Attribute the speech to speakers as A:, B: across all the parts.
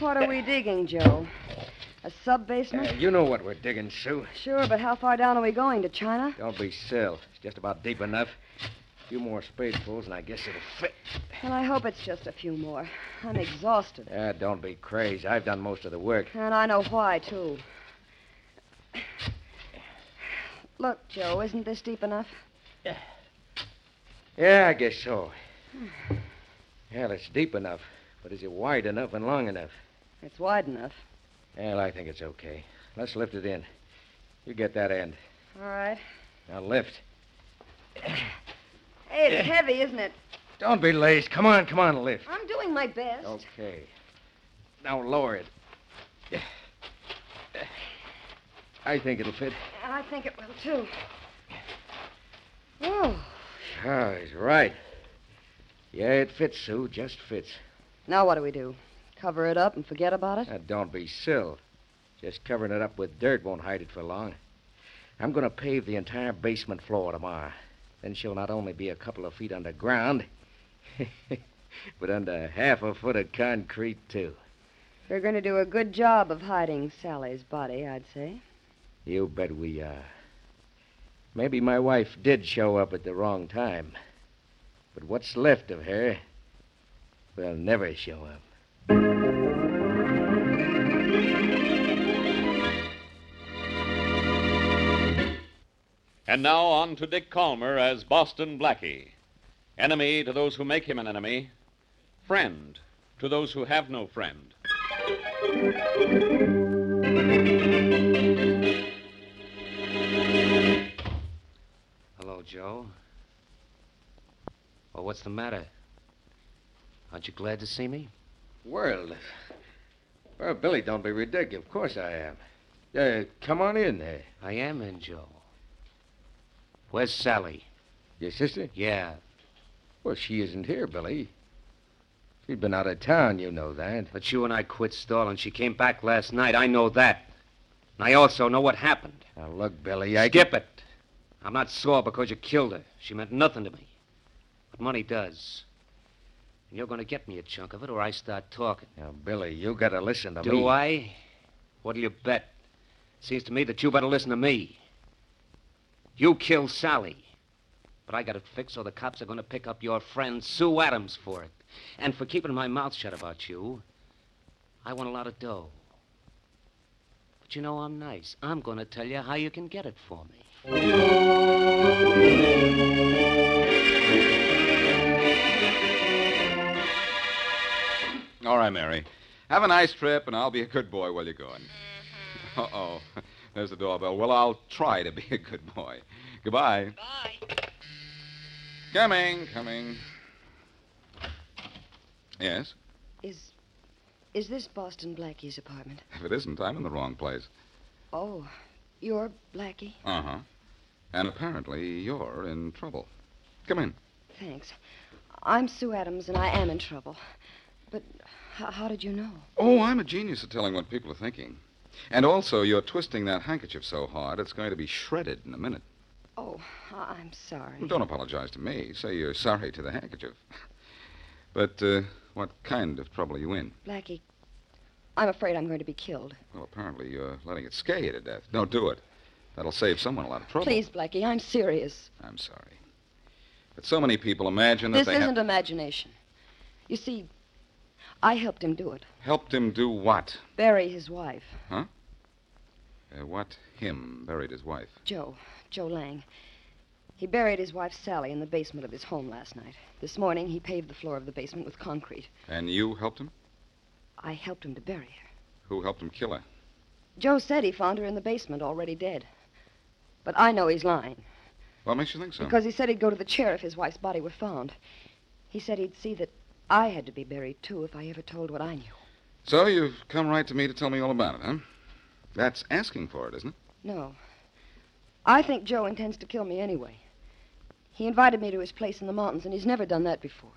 A: What are we digging, Joe? A sub basement?
B: Uh, you know what we're digging, Sue.
A: Sure, but how far down are we going to China?
B: Don't be silly. It's just about deep enough. A few more spadefuls, and I guess it'll fit.
A: Well, I hope it's just a few more. I'm exhausted.
B: Ah, don't be crazy. I've done most of the work.
A: And I know why, too. Look, Joe, isn't this deep enough?
B: Yeah, I guess so. Hell, it's deep enough, but is it wide enough and long enough?
A: It's wide enough.
B: Well, I think it's okay. Let's lift it in. You get that end.
A: All right.
B: Now lift.
A: Hey, it's heavy, isn't it?
B: Don't be lazy. Come on, come on, lift.
A: I'm doing my best.
B: Oh. Okay. Now lower it. I think it'll fit.
A: I think it will, too. Oh.
B: Oh, he's right. Yeah, it fits, Sue. Just fits.
A: Now what do we do? Cover it up and forget about it?
B: Now, don't be silly. Just covering it up with dirt won't hide it for long. I'm going to pave the entire basement floor tomorrow. Then she'll not only be a couple of feet underground, but under half a foot of concrete, too.
A: We're going to do a good job of hiding Sally's body, I'd say.
B: You bet we are. Maybe my wife did show up at the wrong time. But what's left of her will never show up.
C: And now on to Dick Calmer as Boston Blackie. Enemy to those who make him an enemy, friend to those who have no friend.
D: Hello, Joe. Well, what's the matter? Aren't you glad to see me?
B: World. Well, Billy, don't be ridiculous. Of course I am. Uh, come on in there.
D: I am in, Joe. Where's Sally?
B: Your sister?
D: Yeah,
B: Well, she isn't here, Billy. She's been out of town, you know that.
D: but you and I quit stalling. She came back last night. I know that. And I also know what happened.
B: Now, look, Billy, I...
D: Skip it. I'm not sore because you killed her. She meant nothing to me. But money does. And you're going to get me a chunk of it or I start talking.
B: Now, Billy, you gotta listen to
D: Do
B: me.
D: I? What'll you bet? Seems to me that you better listen to me. You killed Sally. But I got it fixed, so the cops are going to pick up your friend Sue Adams for it. And for keeping my mouth shut about you, I want a lot of dough. But you know, I'm nice. I'm going to tell you how you can get it for me.
E: All right, Mary. Have a nice trip, and I'll be a good boy while you're gone. Uh oh. There's the doorbell. Well, I'll try to be a good boy. Goodbye.
A: Bye.
E: Coming, coming. Yes?
A: Is is this Boston Blackie's apartment?
E: If it isn't, I'm in the wrong place.
A: Oh, you're Blackie?
E: Uh huh. And apparently, you're in trouble. Come in.
A: Thanks. I'm Sue Adams, and I am in trouble. But h- how did you know?
E: Oh, I'm a genius at telling what people are thinking. And also, you're twisting that handkerchief so hard, it's going to be shredded in a minute.
A: Oh, I- I'm sorry.
E: Don't apologize to me. Say you're sorry to the handkerchief. But uh, what kind of trouble are you in?
A: Blackie, I'm afraid I'm going to be killed.
E: Well, apparently you're letting it scare you to death. Don't do it. That'll save someone a lot of trouble.
A: Please, Blackie, I'm serious.
E: I'm sorry. But so many people imagine that
A: This
E: they have
A: isn't imagination. You see, I helped him do it.
E: helped him do what?
A: Bury his wife,
E: Uh, what him buried his wife.
A: Joe, Joe Lang. He buried his wife, Sally, in the basement of his home last night. This morning, he paved the floor of the basement with concrete.
E: And you helped him?
A: I helped him to bury her.
E: Who helped him kill her?
A: Joe said he found her in the basement, already dead. But I know he's lying.
E: What makes you think so?
A: Because he said he'd go to the chair if his wife's body were found. He said he'd see that I had to be buried, too, if I ever told what I knew.
E: So you've come right to me to tell me all about it, huh? That's asking for it, isn't it?
A: No. I think Joe intends to kill me anyway. He invited me to his place in the mountains, and he's never done that before.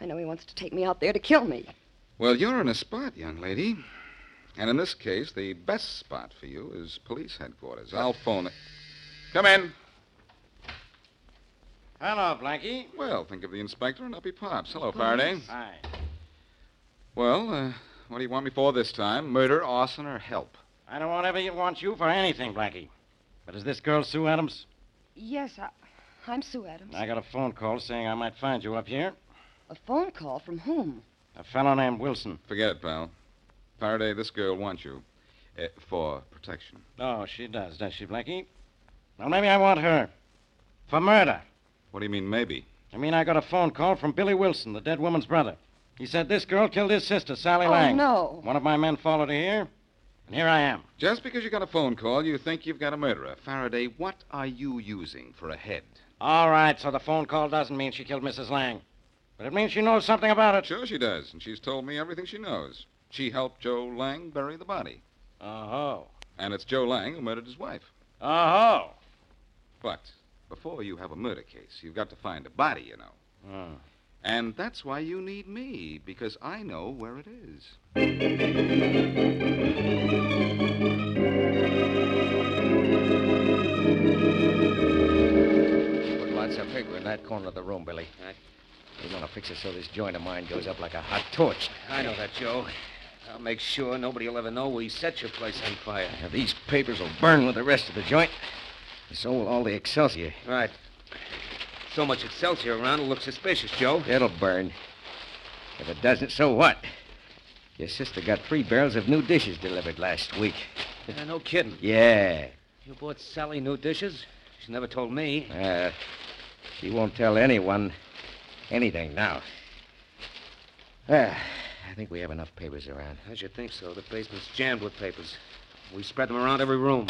A: I know he wants to take me out there to kill me.
E: Well, you're in a spot, young lady. And in this case, the best spot for you is police headquarters. I'll phone it. Come in.
B: Hello, Blackie.
E: Well, think of the inspector and up he pops. Hello, Faraday.
B: Hi.
E: Well, uh, what do you want me for this time? Murder, arson, or help?
B: I don't want ever want you for anything, Blackie. But is this girl Sue Adams?
A: Yes, I, I'm Sue Adams.
B: I got a phone call saying I might find you up here.
A: A phone call from whom?
B: A fellow named Wilson.
E: Forget it, pal. Faraday, this girl wants you uh, for protection.
B: Oh, she does, does she, Blackie? Well, maybe I want her. For murder.
E: What do you mean, maybe?
B: I mean, I got a phone call from Billy Wilson, the dead woman's brother. He said this girl killed his sister, Sally
A: Oh,
B: Lang.
A: no.
B: One of my men followed her here, and here I am.
E: Just because you got a phone call, you think you've got a murderer. Faraday, what are you using for a head?
B: All right, so the phone call doesn't mean she killed Mrs. Lang. But it means she knows something about it.
E: Sure she does, and she's told me everything she knows. She helped Joe Lang bury the body.
B: Oh-ho.
E: And it's Joe Lang who murdered his wife.
B: Oh-ho.
E: But before you have a murder case, you've got to find a body, you know.
B: Hmm.
E: And that's why you need me, because I know where it is.
F: Put lots of paper in that corner of the room, Billy.
G: Right.
F: We want to fix it so this joint of mine goes up like a hot torch.
G: I know that, Joe. I'll make sure nobody will ever know we set your place on fire.
F: Now, these papers will burn with the rest of the joint. And so will all the Excelsior.
G: Right. So much Excelsior around, it'll look suspicious, Joe.
F: It'll burn. If it doesn't, so what? Your sister got three barrels of new dishes delivered last week.
G: Yeah, Uh, no kidding.
F: Yeah.
G: You bought Sally new dishes? She never told me.
F: Uh, she won't tell anyone anything now. Ah, I think we have enough papers around.
G: I should think so. The basement's jammed with papers. We spread them around every room.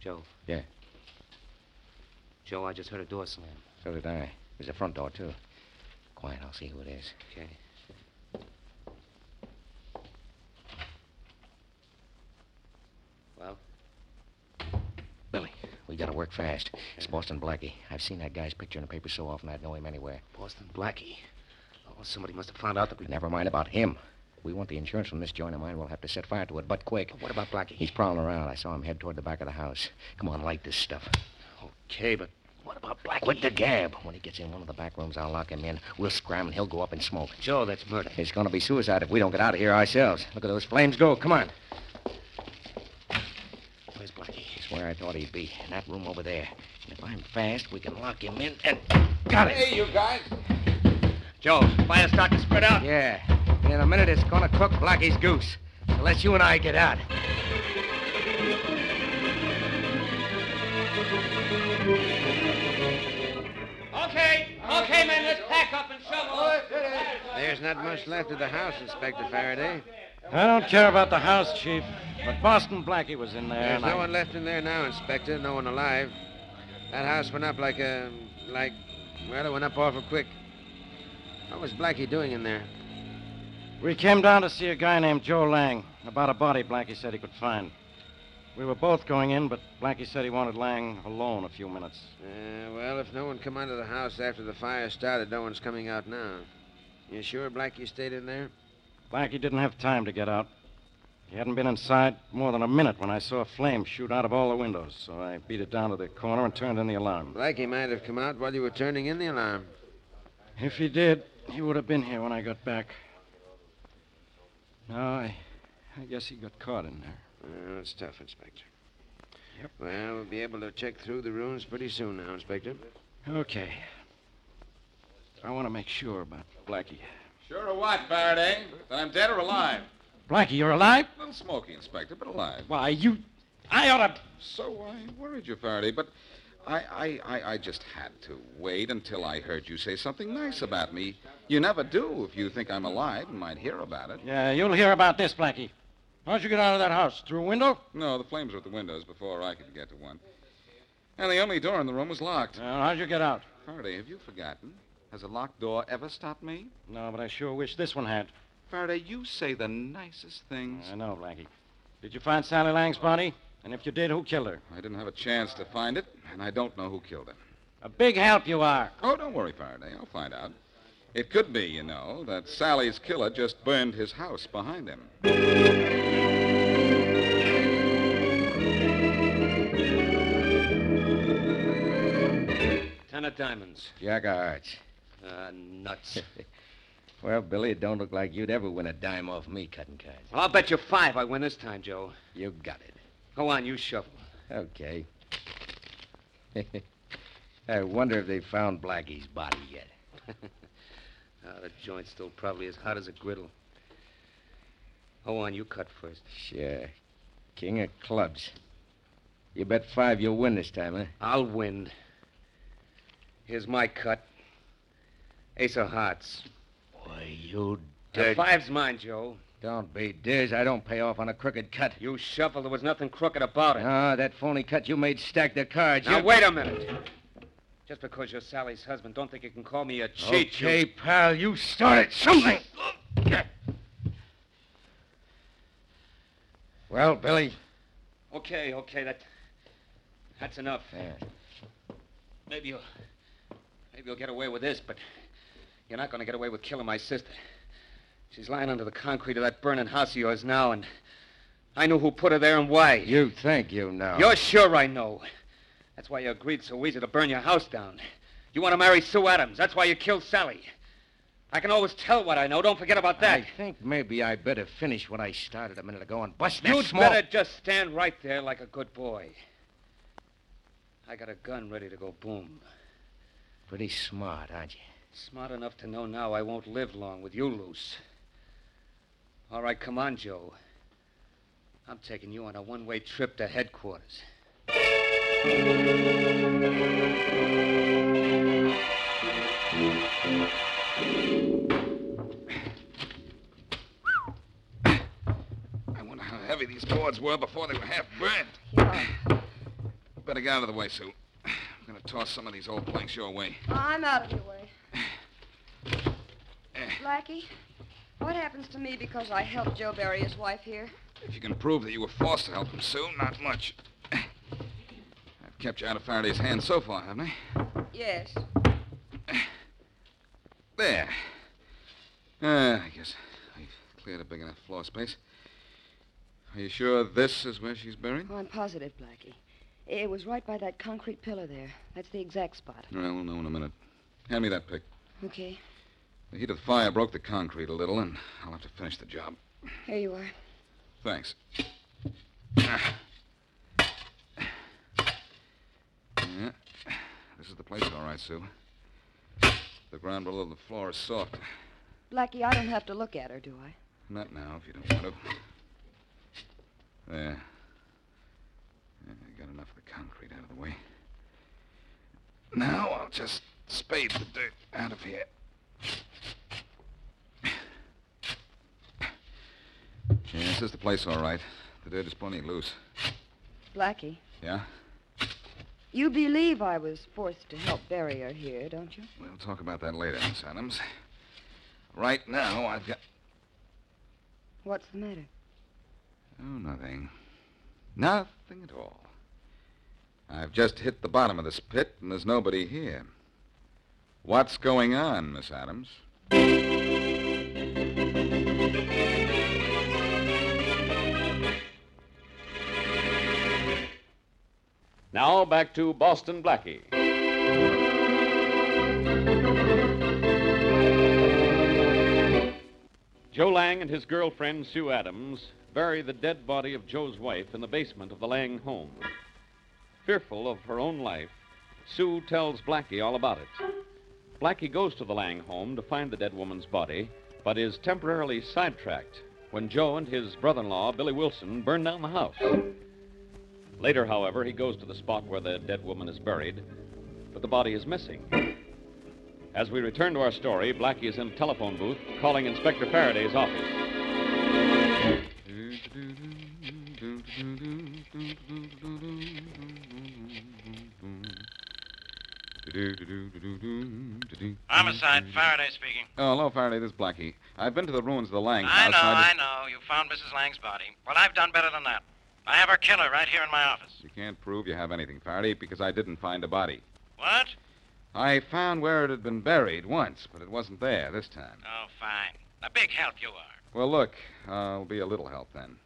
G: Joe.
F: Yeah.
G: Joe, I just heard a door slam.
F: So did I. There's a front door, too. Quiet, I'll see who it is.
G: Okay. Well,
F: Billy, we gotta work fast. It's Boston Blackie. I've seen that guy's picture in the paper so often I'd know him anywhere.
G: Boston Blackie. Oh, somebody must have found out that we.
F: Never mind about him. We want the insurance from this joint of mine. We'll have to set fire to it, but quick.
G: What about Blackie?
F: He's prowling around. I saw him head toward the back of the house. Come on, light this stuff.
G: Okay, but what about Blackie?
F: Quit the gab. When he gets in one of the back rooms, I'll lock him in. We'll scram and he'll go up in smoke.
G: Joe, that's murder.
F: It's going to be suicide if we don't get out of here ourselves. Look at those flames go. Come on.
G: Where's Blackie?
F: That's where I thought he'd be, in that room over there. And if I'm fast, we can lock him in and. Got it!
E: you guys!
G: Joe, fire starting to spread out.
F: Yeah. And in a minute, it's going to cook Blackie's goose. Unless you and I get out.
B: Okay, okay, men, let's pack up and shovel.
G: There's not much left of the house, Inspector Faraday.
B: I don't care about the house, Chief, but Boston Blackie was in there, and
G: There's no
B: I-
G: one left in there now, Inspector. No one alive. That house went up like a. like. Well, it went up awful quick. What was Blackie doing in there?
B: We came down to see a guy named Joe Lang about a body Blackie said he could find. We were both going in, but Blackie said he wanted Lang alone a few minutes.
G: Uh, well, if no one come out of the house after the fire started, no one's coming out now. You sure Blackie stayed in there?
B: Blackie didn't have time to get out. He hadn't been inside more than a minute when I saw a flame shoot out of all the windows, so I beat it down to the corner and turned in the alarm.
G: Blackie might have come out while you were turning in the alarm.
B: If he did, he would have been here when I got back. No, I, I guess he got caught in there.
G: Well, it's tough, Inspector.
B: Yep.
G: Well, we'll be able to check through the rooms pretty soon now, Inspector.
B: Okay. I want to make sure about Blackie.
E: Sure or what, Faraday? That I'm dead or alive?
B: Blackie, you're alive?
E: A little smoky, Inspector, but alive.
B: Why, you. I ought to.
E: So I worried you, Faraday, but I, I, I, I just had to wait until I heard you say something nice about me. You never do if you think I'm alive and might hear about it.
B: Yeah, you'll hear about this, Blackie. How'd you get out of that house? Through a window?
E: No, the flames were at the windows before I could get to one. And the only door in the room was locked.
B: Well, how'd you get out?
E: Faraday, have you forgotten? Has a locked door ever stopped me?
B: No, but I sure wish this one had.
E: Faraday, you say the nicest things.
B: I know, Blackie. Did you find Sally Lang's body? And if you did, who killed her?
E: I didn't have a chance to find it, and I don't know who killed it.
B: A big help you are.
E: Oh, don't worry, Faraday. I'll find out. It could be, you know, that Sally's killer just burned his house behind him.
G: Ten of diamonds.
F: Jack of hearts.
G: Uh, nuts.
F: Well, Billy, it don't look like you'd ever win a dime off me cutting cards.
G: well, I'll bet you five I win this time, Joe.
F: You got it.
G: Go on, you shovel.
F: Okay. I wonder if they found Blackie's body yet.
G: Ah, the joint's still probably as hot as a griddle. Go on, you cut first.
F: Sure. King of clubs. You bet five you'll win this time, huh?
G: I'll win. Here's my cut. Ace of hearts.
F: Boy, you
G: The five's mine, Joe.
F: Don't be diz. I don't pay off on a crooked cut.
G: You shuffled. There was nothing crooked about it.
F: Ah, that phony cut you made stacked the cards.
G: now,
F: you...
G: wait a minute. Just because you're Sally's husband, don't think you can call me a cheat. you-
F: Okay, pal, you started something. Well, Billy.
G: Okay, okay, that, that's enough.
F: Uh,
G: Maybe you'll, maybe you'll get away with this, but you're not going to get away with killing my sister. She's lying under the concrete of that burning house of yours now, and I know who put her there and why.
F: You think you know.
G: You're sure I know. That's why you agreed so easy to burn your house down. You want to marry Sue Adams. That's why you killed Sally. I can always tell what I know. Don't forget about that.
F: I think maybe I better finish what I started a minute ago and bust that
G: You'd
F: small...
G: better just stand right there like a good boy. I got a gun ready to go boom.
F: Pretty smart, aren't you?
G: Smart enough to know now I won't live long with you loose. All right, come on, Joe. I'm taking you on a one way trip to headquarters.
E: I wonder how heavy these boards were before they were half burned.
A: Yeah.
E: Better get out of the way, Sue. I'm going to toss some of these old planks your way.
A: I'm out of your way.
E: Eh,
A: Blackie, what happens to me because I helped Joe bury his wife here?
E: If you can prove that you were forced to help him, Sue, not much. I've kept you out of Faraday's hands so far, haven't I?
A: Yes.
E: There. Ah, I guess I've cleared a big enough floor space. Are you sure this is where she's buried?
A: Well, Oh, I'm positive, Blackie. It was right by that concrete pillar there. That's the exact spot.
E: All right, we'll know in a minute. Hand me that pick.
A: Okay.
E: The heat of the fire broke the concrete a little, and I'll have to finish the job.
A: Here you are.
E: Thanks. Ah. Yeah. This is the place, all right, Sue. The ground below the floor is soft.
A: Blackie, I don't have to look at her, do I?
E: Not now, if you don't want to. There. Yeah, I got enough of the concrete out of the way. Now I'll just spade the dirt out of here. Yeah, this is the place, all right. The dirt is plenty loose.
A: Blackie,
E: Yeah?
A: you believe I was forced to help bury her here, don't you?
E: We'll talk about that later, Miss Adams. Right now, I've got.
A: What's the matter?
E: Oh, nothing. Nothing at all. I've just hit the bottom of this pit, and there's nobody here. What's going on, Miss Adams?
C: Now back to Boston Blackie. Joe Lang and his girlfriend Sue Adams bury the dead body of Joe's wife in the basement of the Lang home. Fearful of her own life, Sue tells Blackie all about it. Blackie goes to the Lang home to find the dead woman's body, but is temporarily sidetracked when Joe and his brother in law, Billy Wilson, burn down the house. Later, however, he goes to the spot where the dead woman is buried, but the body is missing. As we return to our story, Blackie is in the telephone booth calling Inspector Faraday's office.
B: Homicide, Faraday speaking.
E: Oh, hello, Faraday. This is Blackie. I've been to the ruins of the Lang
H: I
E: house.
H: know,
E: and
H: I know. You
B: found Mrs. Lang's body. Well, I've done better than that. I have her killer right here in my office.
E: You can't prove you have anything, Faraday, because I didn't find a body.
B: What?
E: I found where it had been buried once, but it wasn't there this time.
B: Oh, fine. A big help you are.
E: Well, look, I'll be a little help then.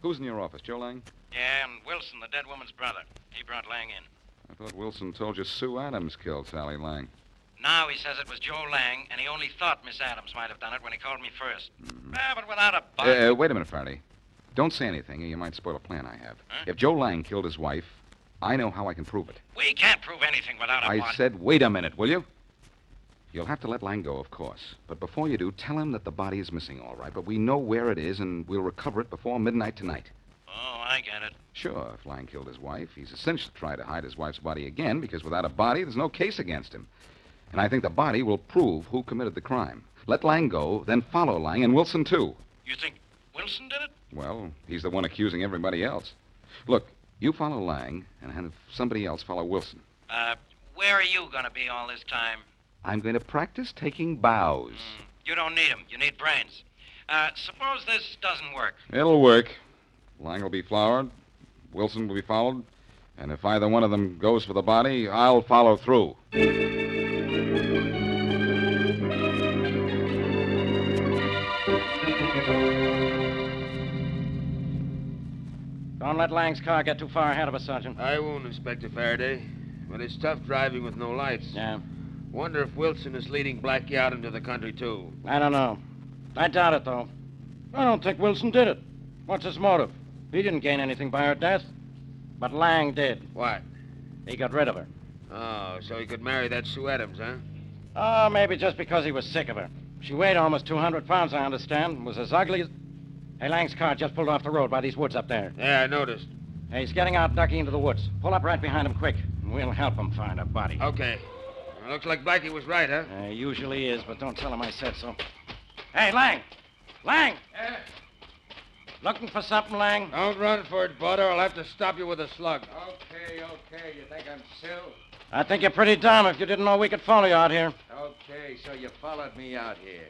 E: Who's in your office, Joe Lang?
B: Yeah, and Wilson, the dead woman's brother. He brought Lang in.
E: I thought Wilson told you Sue Adams killed Sally Lang.
B: Now he says it was Joe Lang, and he only thought Miss Adams might have done it when he called me 1st
E: Mm.
B: Ah, but without a bug.
E: Uh, uh, wait a minute, Faraday. Don't say anything, or you might spoil a plan I have.
B: Huh?
E: If Joe Lang killed his wife, I know how I can prove it.
B: we can't prove anything without a
E: I
B: body.
E: said, wait a minute, will you? You'll have to let Lang go, of course. But before you do, tell him that the body is missing, all right. But we know where it is, and we'll recover it before midnight tonight.
B: Oh, I get it.
E: Sure, if Lang killed his wife, he's essentially trying to hide his wife's body again because without a body, there's no case against him. And I think the body will prove who committed the crime. Let Lang go, then follow Lang and Wilson, too.
B: You think Wilson did it?
E: Well, he's the one accusing everybody else. Look, you follow Lang and have somebody else follow Wilson.
B: Uh, where are you going to be all this time?
E: I'm going to practice taking bows.
B: You don't need 'em. You need brains. Uh, suppose this doesn't work.
E: It'll work. Lang will be flowered, Wilson will be followed, and if either one of them goes for the body, I'll follow through.
B: Don't let Lang's car get too far ahead of us, Sergeant.
H: I won't, Inspector Faraday. But it's tough driving with no lights.
B: Yeah,
H: Wonder if Wilson is leading Blackie out into the country, too.
B: I don't know. I doubt it, though. I don't think Wilson did it. What's his motive? He didn't gain anything by her death. But Lang did.
H: What?
B: He got rid of her.
H: Oh, so he could marry that Sue Adams, huh?
B: Oh, maybe just because he was sick of her. She weighed almost 200 pounds, I understand, and was as ugly as. Hey, Lang's car just pulled off the road by these woods up there.
H: Yeah, I noticed.
B: Hey, he's getting out, ducking into the woods. Pull up right behind him quick, and we'll help him find her body.
G: Oh.
H: Okay. Well, looks like Blackie was right, huh?
B: Uh, usually is, but don't tell him I said so. Hey, Lang! Lang!
F: Eh?
B: Looking for something,
G: Oh.
B: Lang?
H: Don't run for it, Bud, or I'll have to stop you with a slug.
I: Okay, okay. You think I'm Sil?
B: I think you're pretty dumb if you didn't know we could follow you out here.
I: Okay, so you followed me out here.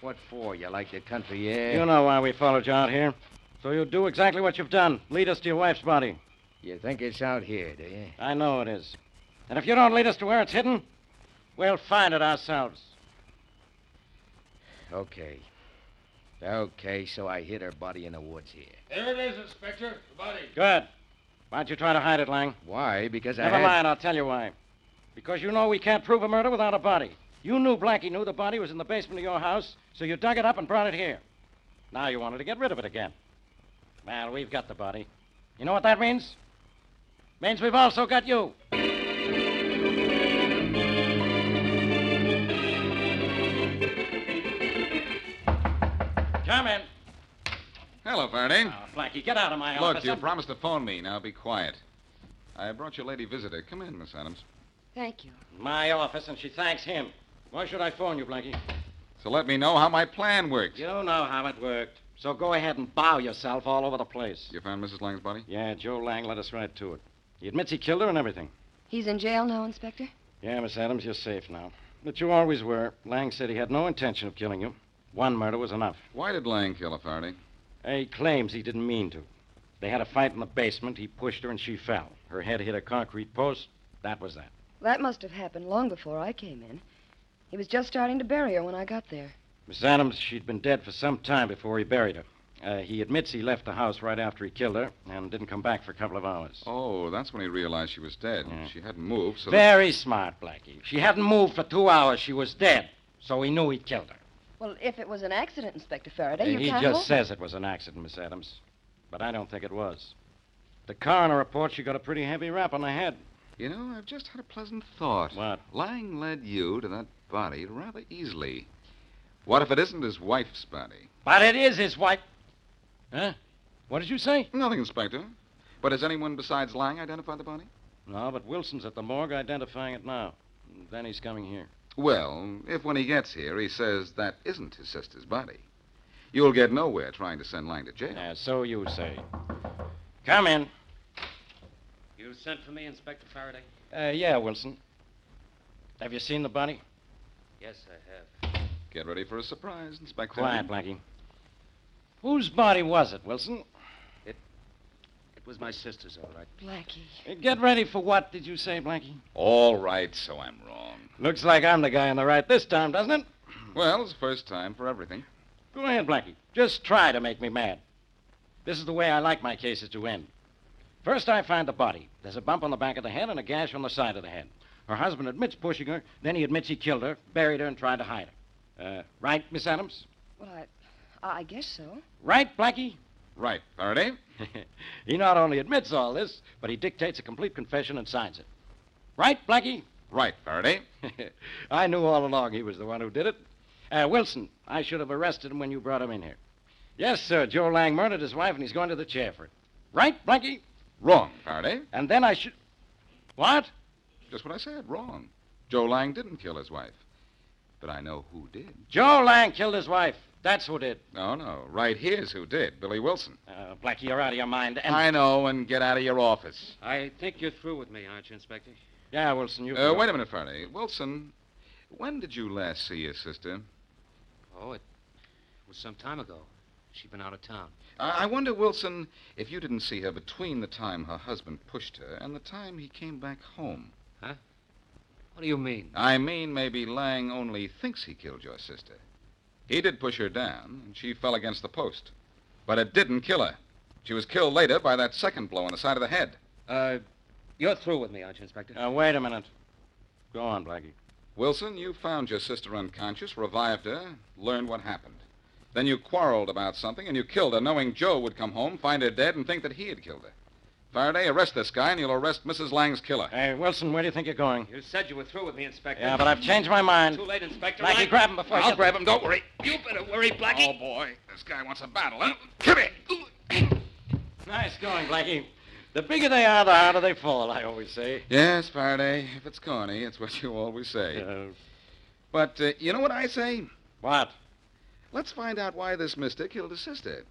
F: What for? You like the country air?
B: You know why we followed you out here. So you do exactly what you've done lead us to your wife's body.
F: You think it's out here, do you?
B: I know it is. And if you don't lead us to where it's hidden, we'll find it ourselves.
F: Okay. Okay, so I hid her body in the woods here.
H: There it is, Inspector. The body.
B: Good. Why don't you try to hide it, Lang?
F: Why? Because I.
B: Never
F: had-
B: mind, I'll tell you why. Because you know we can't prove a murder without a body. You knew Blackie knew the body was in the basement of your house, so you dug it up and brought it here. Now you wanted to get rid of it again. Well, we've got the body. You know what that means? Means we've also got you. Come in.
E: Hello, Faraday.
B: Now, Blackie, get out of my
E: Look,
B: office.
E: you
B: I'm-
E: promised to phone me. Now be quiet. I brought your lady visitor. Come in, Miss Adams.
A: Thank you.
B: My office, and she thanks him. Why should I phone you, Blackie?
E: So let me know how my plan works.
B: You know how it worked. So go ahead and bow yourself all over the place.
E: You found Mrs. Lang's body?
B: Yeah, Joe Lang led us right to it. He admits he killed her and everything.
A: He's in jail now, Inspector?
B: Yeah, Miss Adams, you're safe now. But you always were. Lang said he had no intention of killing you. One murder was enough.
E: Why did Lang kill her, Faraday?
B: He claims he didn't mean to. They had a fight in the basement. He pushed her and she fell. Her head hit a concrete post. That was that.
A: That must have happened long before I came in. He was just starting to bury her when I got there.
B: Miss Adams, she'd been dead for some time before he buried her. Uh, he admits he left the house right after he killed her and didn't come back for a couple of hours.
E: Oh, that's when he realized she was dead.
B: Yeah.
E: She hadn't moved, so.
B: Very smart, Blackie. She hadn't moved for two hours. She was dead. So he knew he killed her.
A: Well, if it was an accident, Inspector Faraday, you
B: he
A: can't.
B: just
A: hold-
B: says it was an accident, Miss Adams. But I don't think it was. The coroner reports she got a pretty heavy rap on the head.
E: You know, I've just had a pleasant thought.
B: What?
E: Lang led you to that body rather easily. What if it isn't his wife's body?
B: But it is his wife. Huh? What did you say?
E: Nothing, Inspector. But has anyone besides Lang identified the body?
B: No, but Wilson's at the morgue identifying it now. And Then he's coming here.
E: Well, if when he gets here he says that isn't his sister's body, you'll get nowhere trying to send Lang to jail.
B: Yeah, so you say. Come in.
I: You sent for me, Inspector Faraday?
B: Uh, yeah, Wilson. Have you seen the body?
I: Yes, I have.
E: Get ready for a surprise, Inspector.
B: Quiet, Blackie. Whose body was it, Wilson?
G: It was my sister's, all right.
A: Blackie.
B: Uh, Get ready for what, did you say, Blackie?
E: All right, so I'm wrong.
B: Looks like I'm the guy on the right this time, doesn't it?
E: Well, it's the first time for everything.
B: Go ahead, Blackie. Just try to make me mad. This is the way I like my cases to end. First, I find the body. There's a bump on the back of the head and a gash on the side of the head. Her husband admits pushing her, then he admits he killed her, buried her, and tried to hide her. Uh, right, Miss Adams?
A: Well, I, I guess so.
B: Right, Blackie?
E: Right, Faraday?
B: he not only admits all this, but he dictates a complete confession and signs it. Right, Blackie?
E: Right, Faraday.
B: I knew all along he was the one who did it. Uh, Wilson, I should have arrested him when you brought him in here. Yes, sir. Joe Lang murdered his wife, and he's going to the chair for it. Right, Blackie?
E: Wrong, Faraday.
B: And then I should. What?
E: Just what I said, wrong. Joe Lang didn't kill his wife. But I know who did.
B: Joe Lang killed his wife. That's who did.
E: No, no. Right here's who did Billy Wilson.
B: Uh, Blackie, you're out of your mind. And
E: I know, and get out of your office.
I: I think you're through with me, aren't you, Inspector?
B: yeah, Wilson, you.
E: Uh, wait a minute, Faraday. Wilson, when did you last see your sister?
I: Oh, it was some time ago. She'd been out of town.
E: I, I wonder, Wilson, if you didn't see her between the time her husband pushed her and the time he came back home.
I: What do you mean?
E: I mean, maybe Lang only thinks he killed your sister. He did push her down, and she fell against the post. But it didn't kill her. She was killed later by that second blow on the side of the head.
I: Uh, you're through with me, aren't you, Inspector?
B: Uh, wait a minute. Go on, Blackie.
E: Wilson, you found your sister unconscious, revived her, learned what happened. Then you quarreled about something, and you killed her, knowing Joe would come home, find her dead, and think that he had killed her. Faraday, arrest this guy, and you'll arrest Mrs. Lang's killer.
B: Hey, Wilson, where do you think you're going?
I: You said you were through with me, Inspector.
B: Yeah, but I've changed my mind.
I: Too late, Inspector. I-
B: Blackie, grab him before I
E: I'll
B: get-
E: grab him, don't worry.
I: You better worry, Blackie.
E: Oh, boy, this guy wants a battle, huh? Come here.
B: Nice going, Blackie. The bigger they are, the harder they fall, I always say.
E: Yes, Faraday, if it's corny, it's what you always say.
B: Uh,
E: But uh, you know what I say?
B: what?
E: Let's find out why this mystic killed his sister.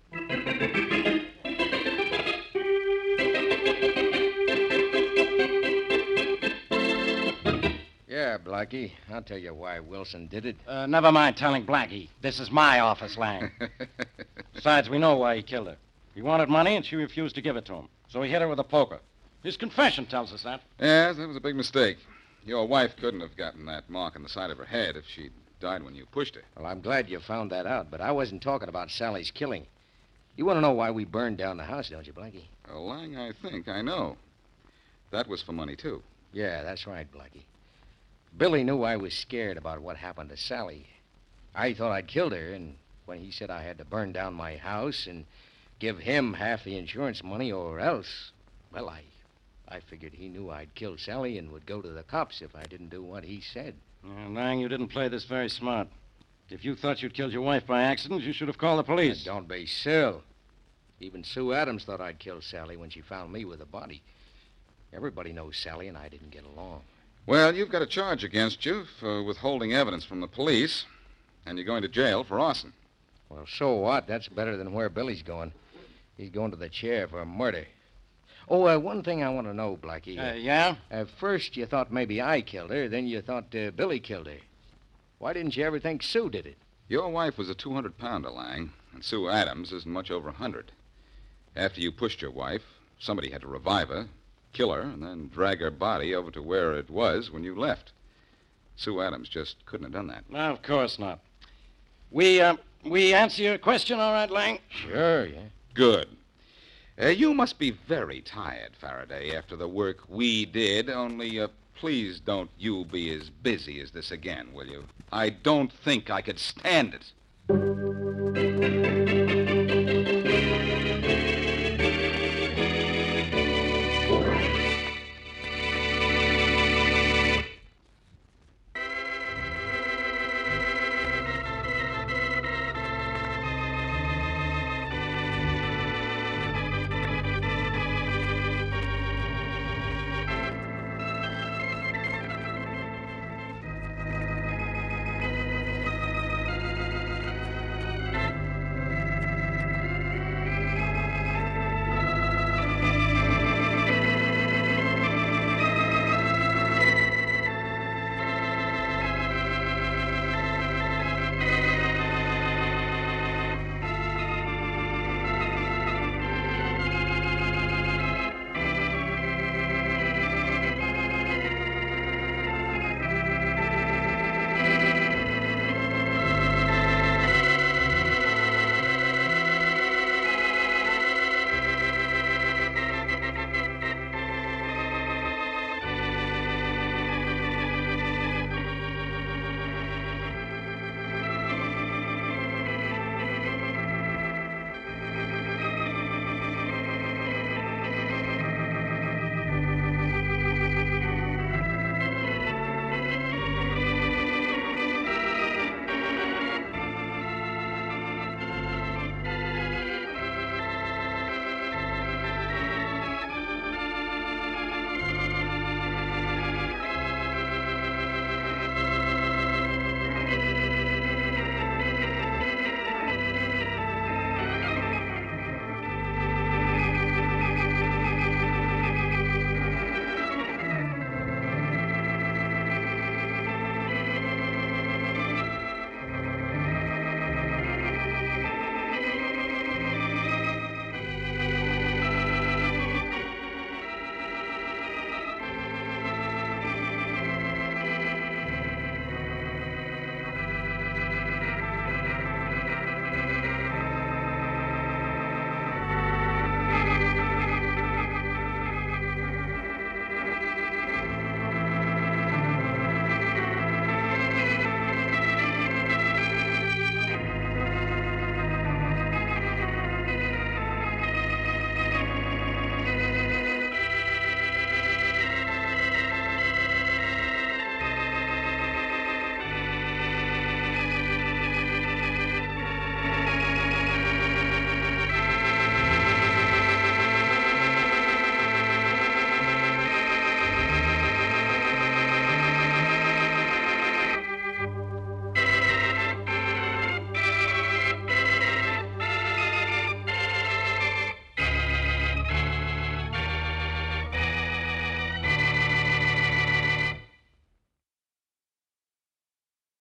F: Yeah, Blackie. I'll tell you why Wilson did it.
B: Uh, never mind telling Blackie. This is my office, Lang. Besides, we know why he killed her. He wanted money, and she refused to give it to him. So he hit her with a poker. His confession tells us that.
E: yes, that was a big mistake. Your wife couldn't have gotten that mark on the side of her head if she'd died when you pushed her.
F: Well, I'm glad you found that out, but I wasn't talking about Sally's killing. You want to know why we burned down the house, don't you, Blackie?
E: Well, Lang, I think I know. That was for money, too.
F: Yeah, that's right, Blackie. Billy knew I was scared about what happened to Sally. I thought I'd killed her, and when he said I had to burn down my house and give him half the insurance money or else, well, I, I figured he knew I'd killed Sally and would go to the cops if I didn't do what he said.
B: Yeah, Lang, you didn't play this very smart. If you thought you'd killed your wife by accident, you should have called the police.
F: Now, don't be silly. Even Sue Adams thought I'd killed Sally when she found me with the body. Everybody knows Sally and I didn't get along.
E: Well, you've got a charge against you for withholding evidence from the police, and you're going to jail for arson.
F: Well, so what? That's better than where Billy's going. He's going to the chair for murder. Oh, uh, one thing I want to know, Blackie.
B: Uh, yeah?
F: Uh, first, you thought maybe I killed her. Then you thought uh, Billy killed her. Why didn't you ever think Sue did it?
E: Your wife was a 200 pounder, Lang, and Sue Adams isn't much over a 100. After you pushed your wife, somebody had to revive her, kill her, and then drag her body over to where it was when you left. Sue Adams just couldn't have done that.
B: No, of course not. We, uh, we answer your question, all right, Lang?
F: Sure, yeah.
E: Good. Uh, you must be very tired, Faraday, after the work we did, only uh, please don't you be as busy as this again, will you? I don't think I could stand it.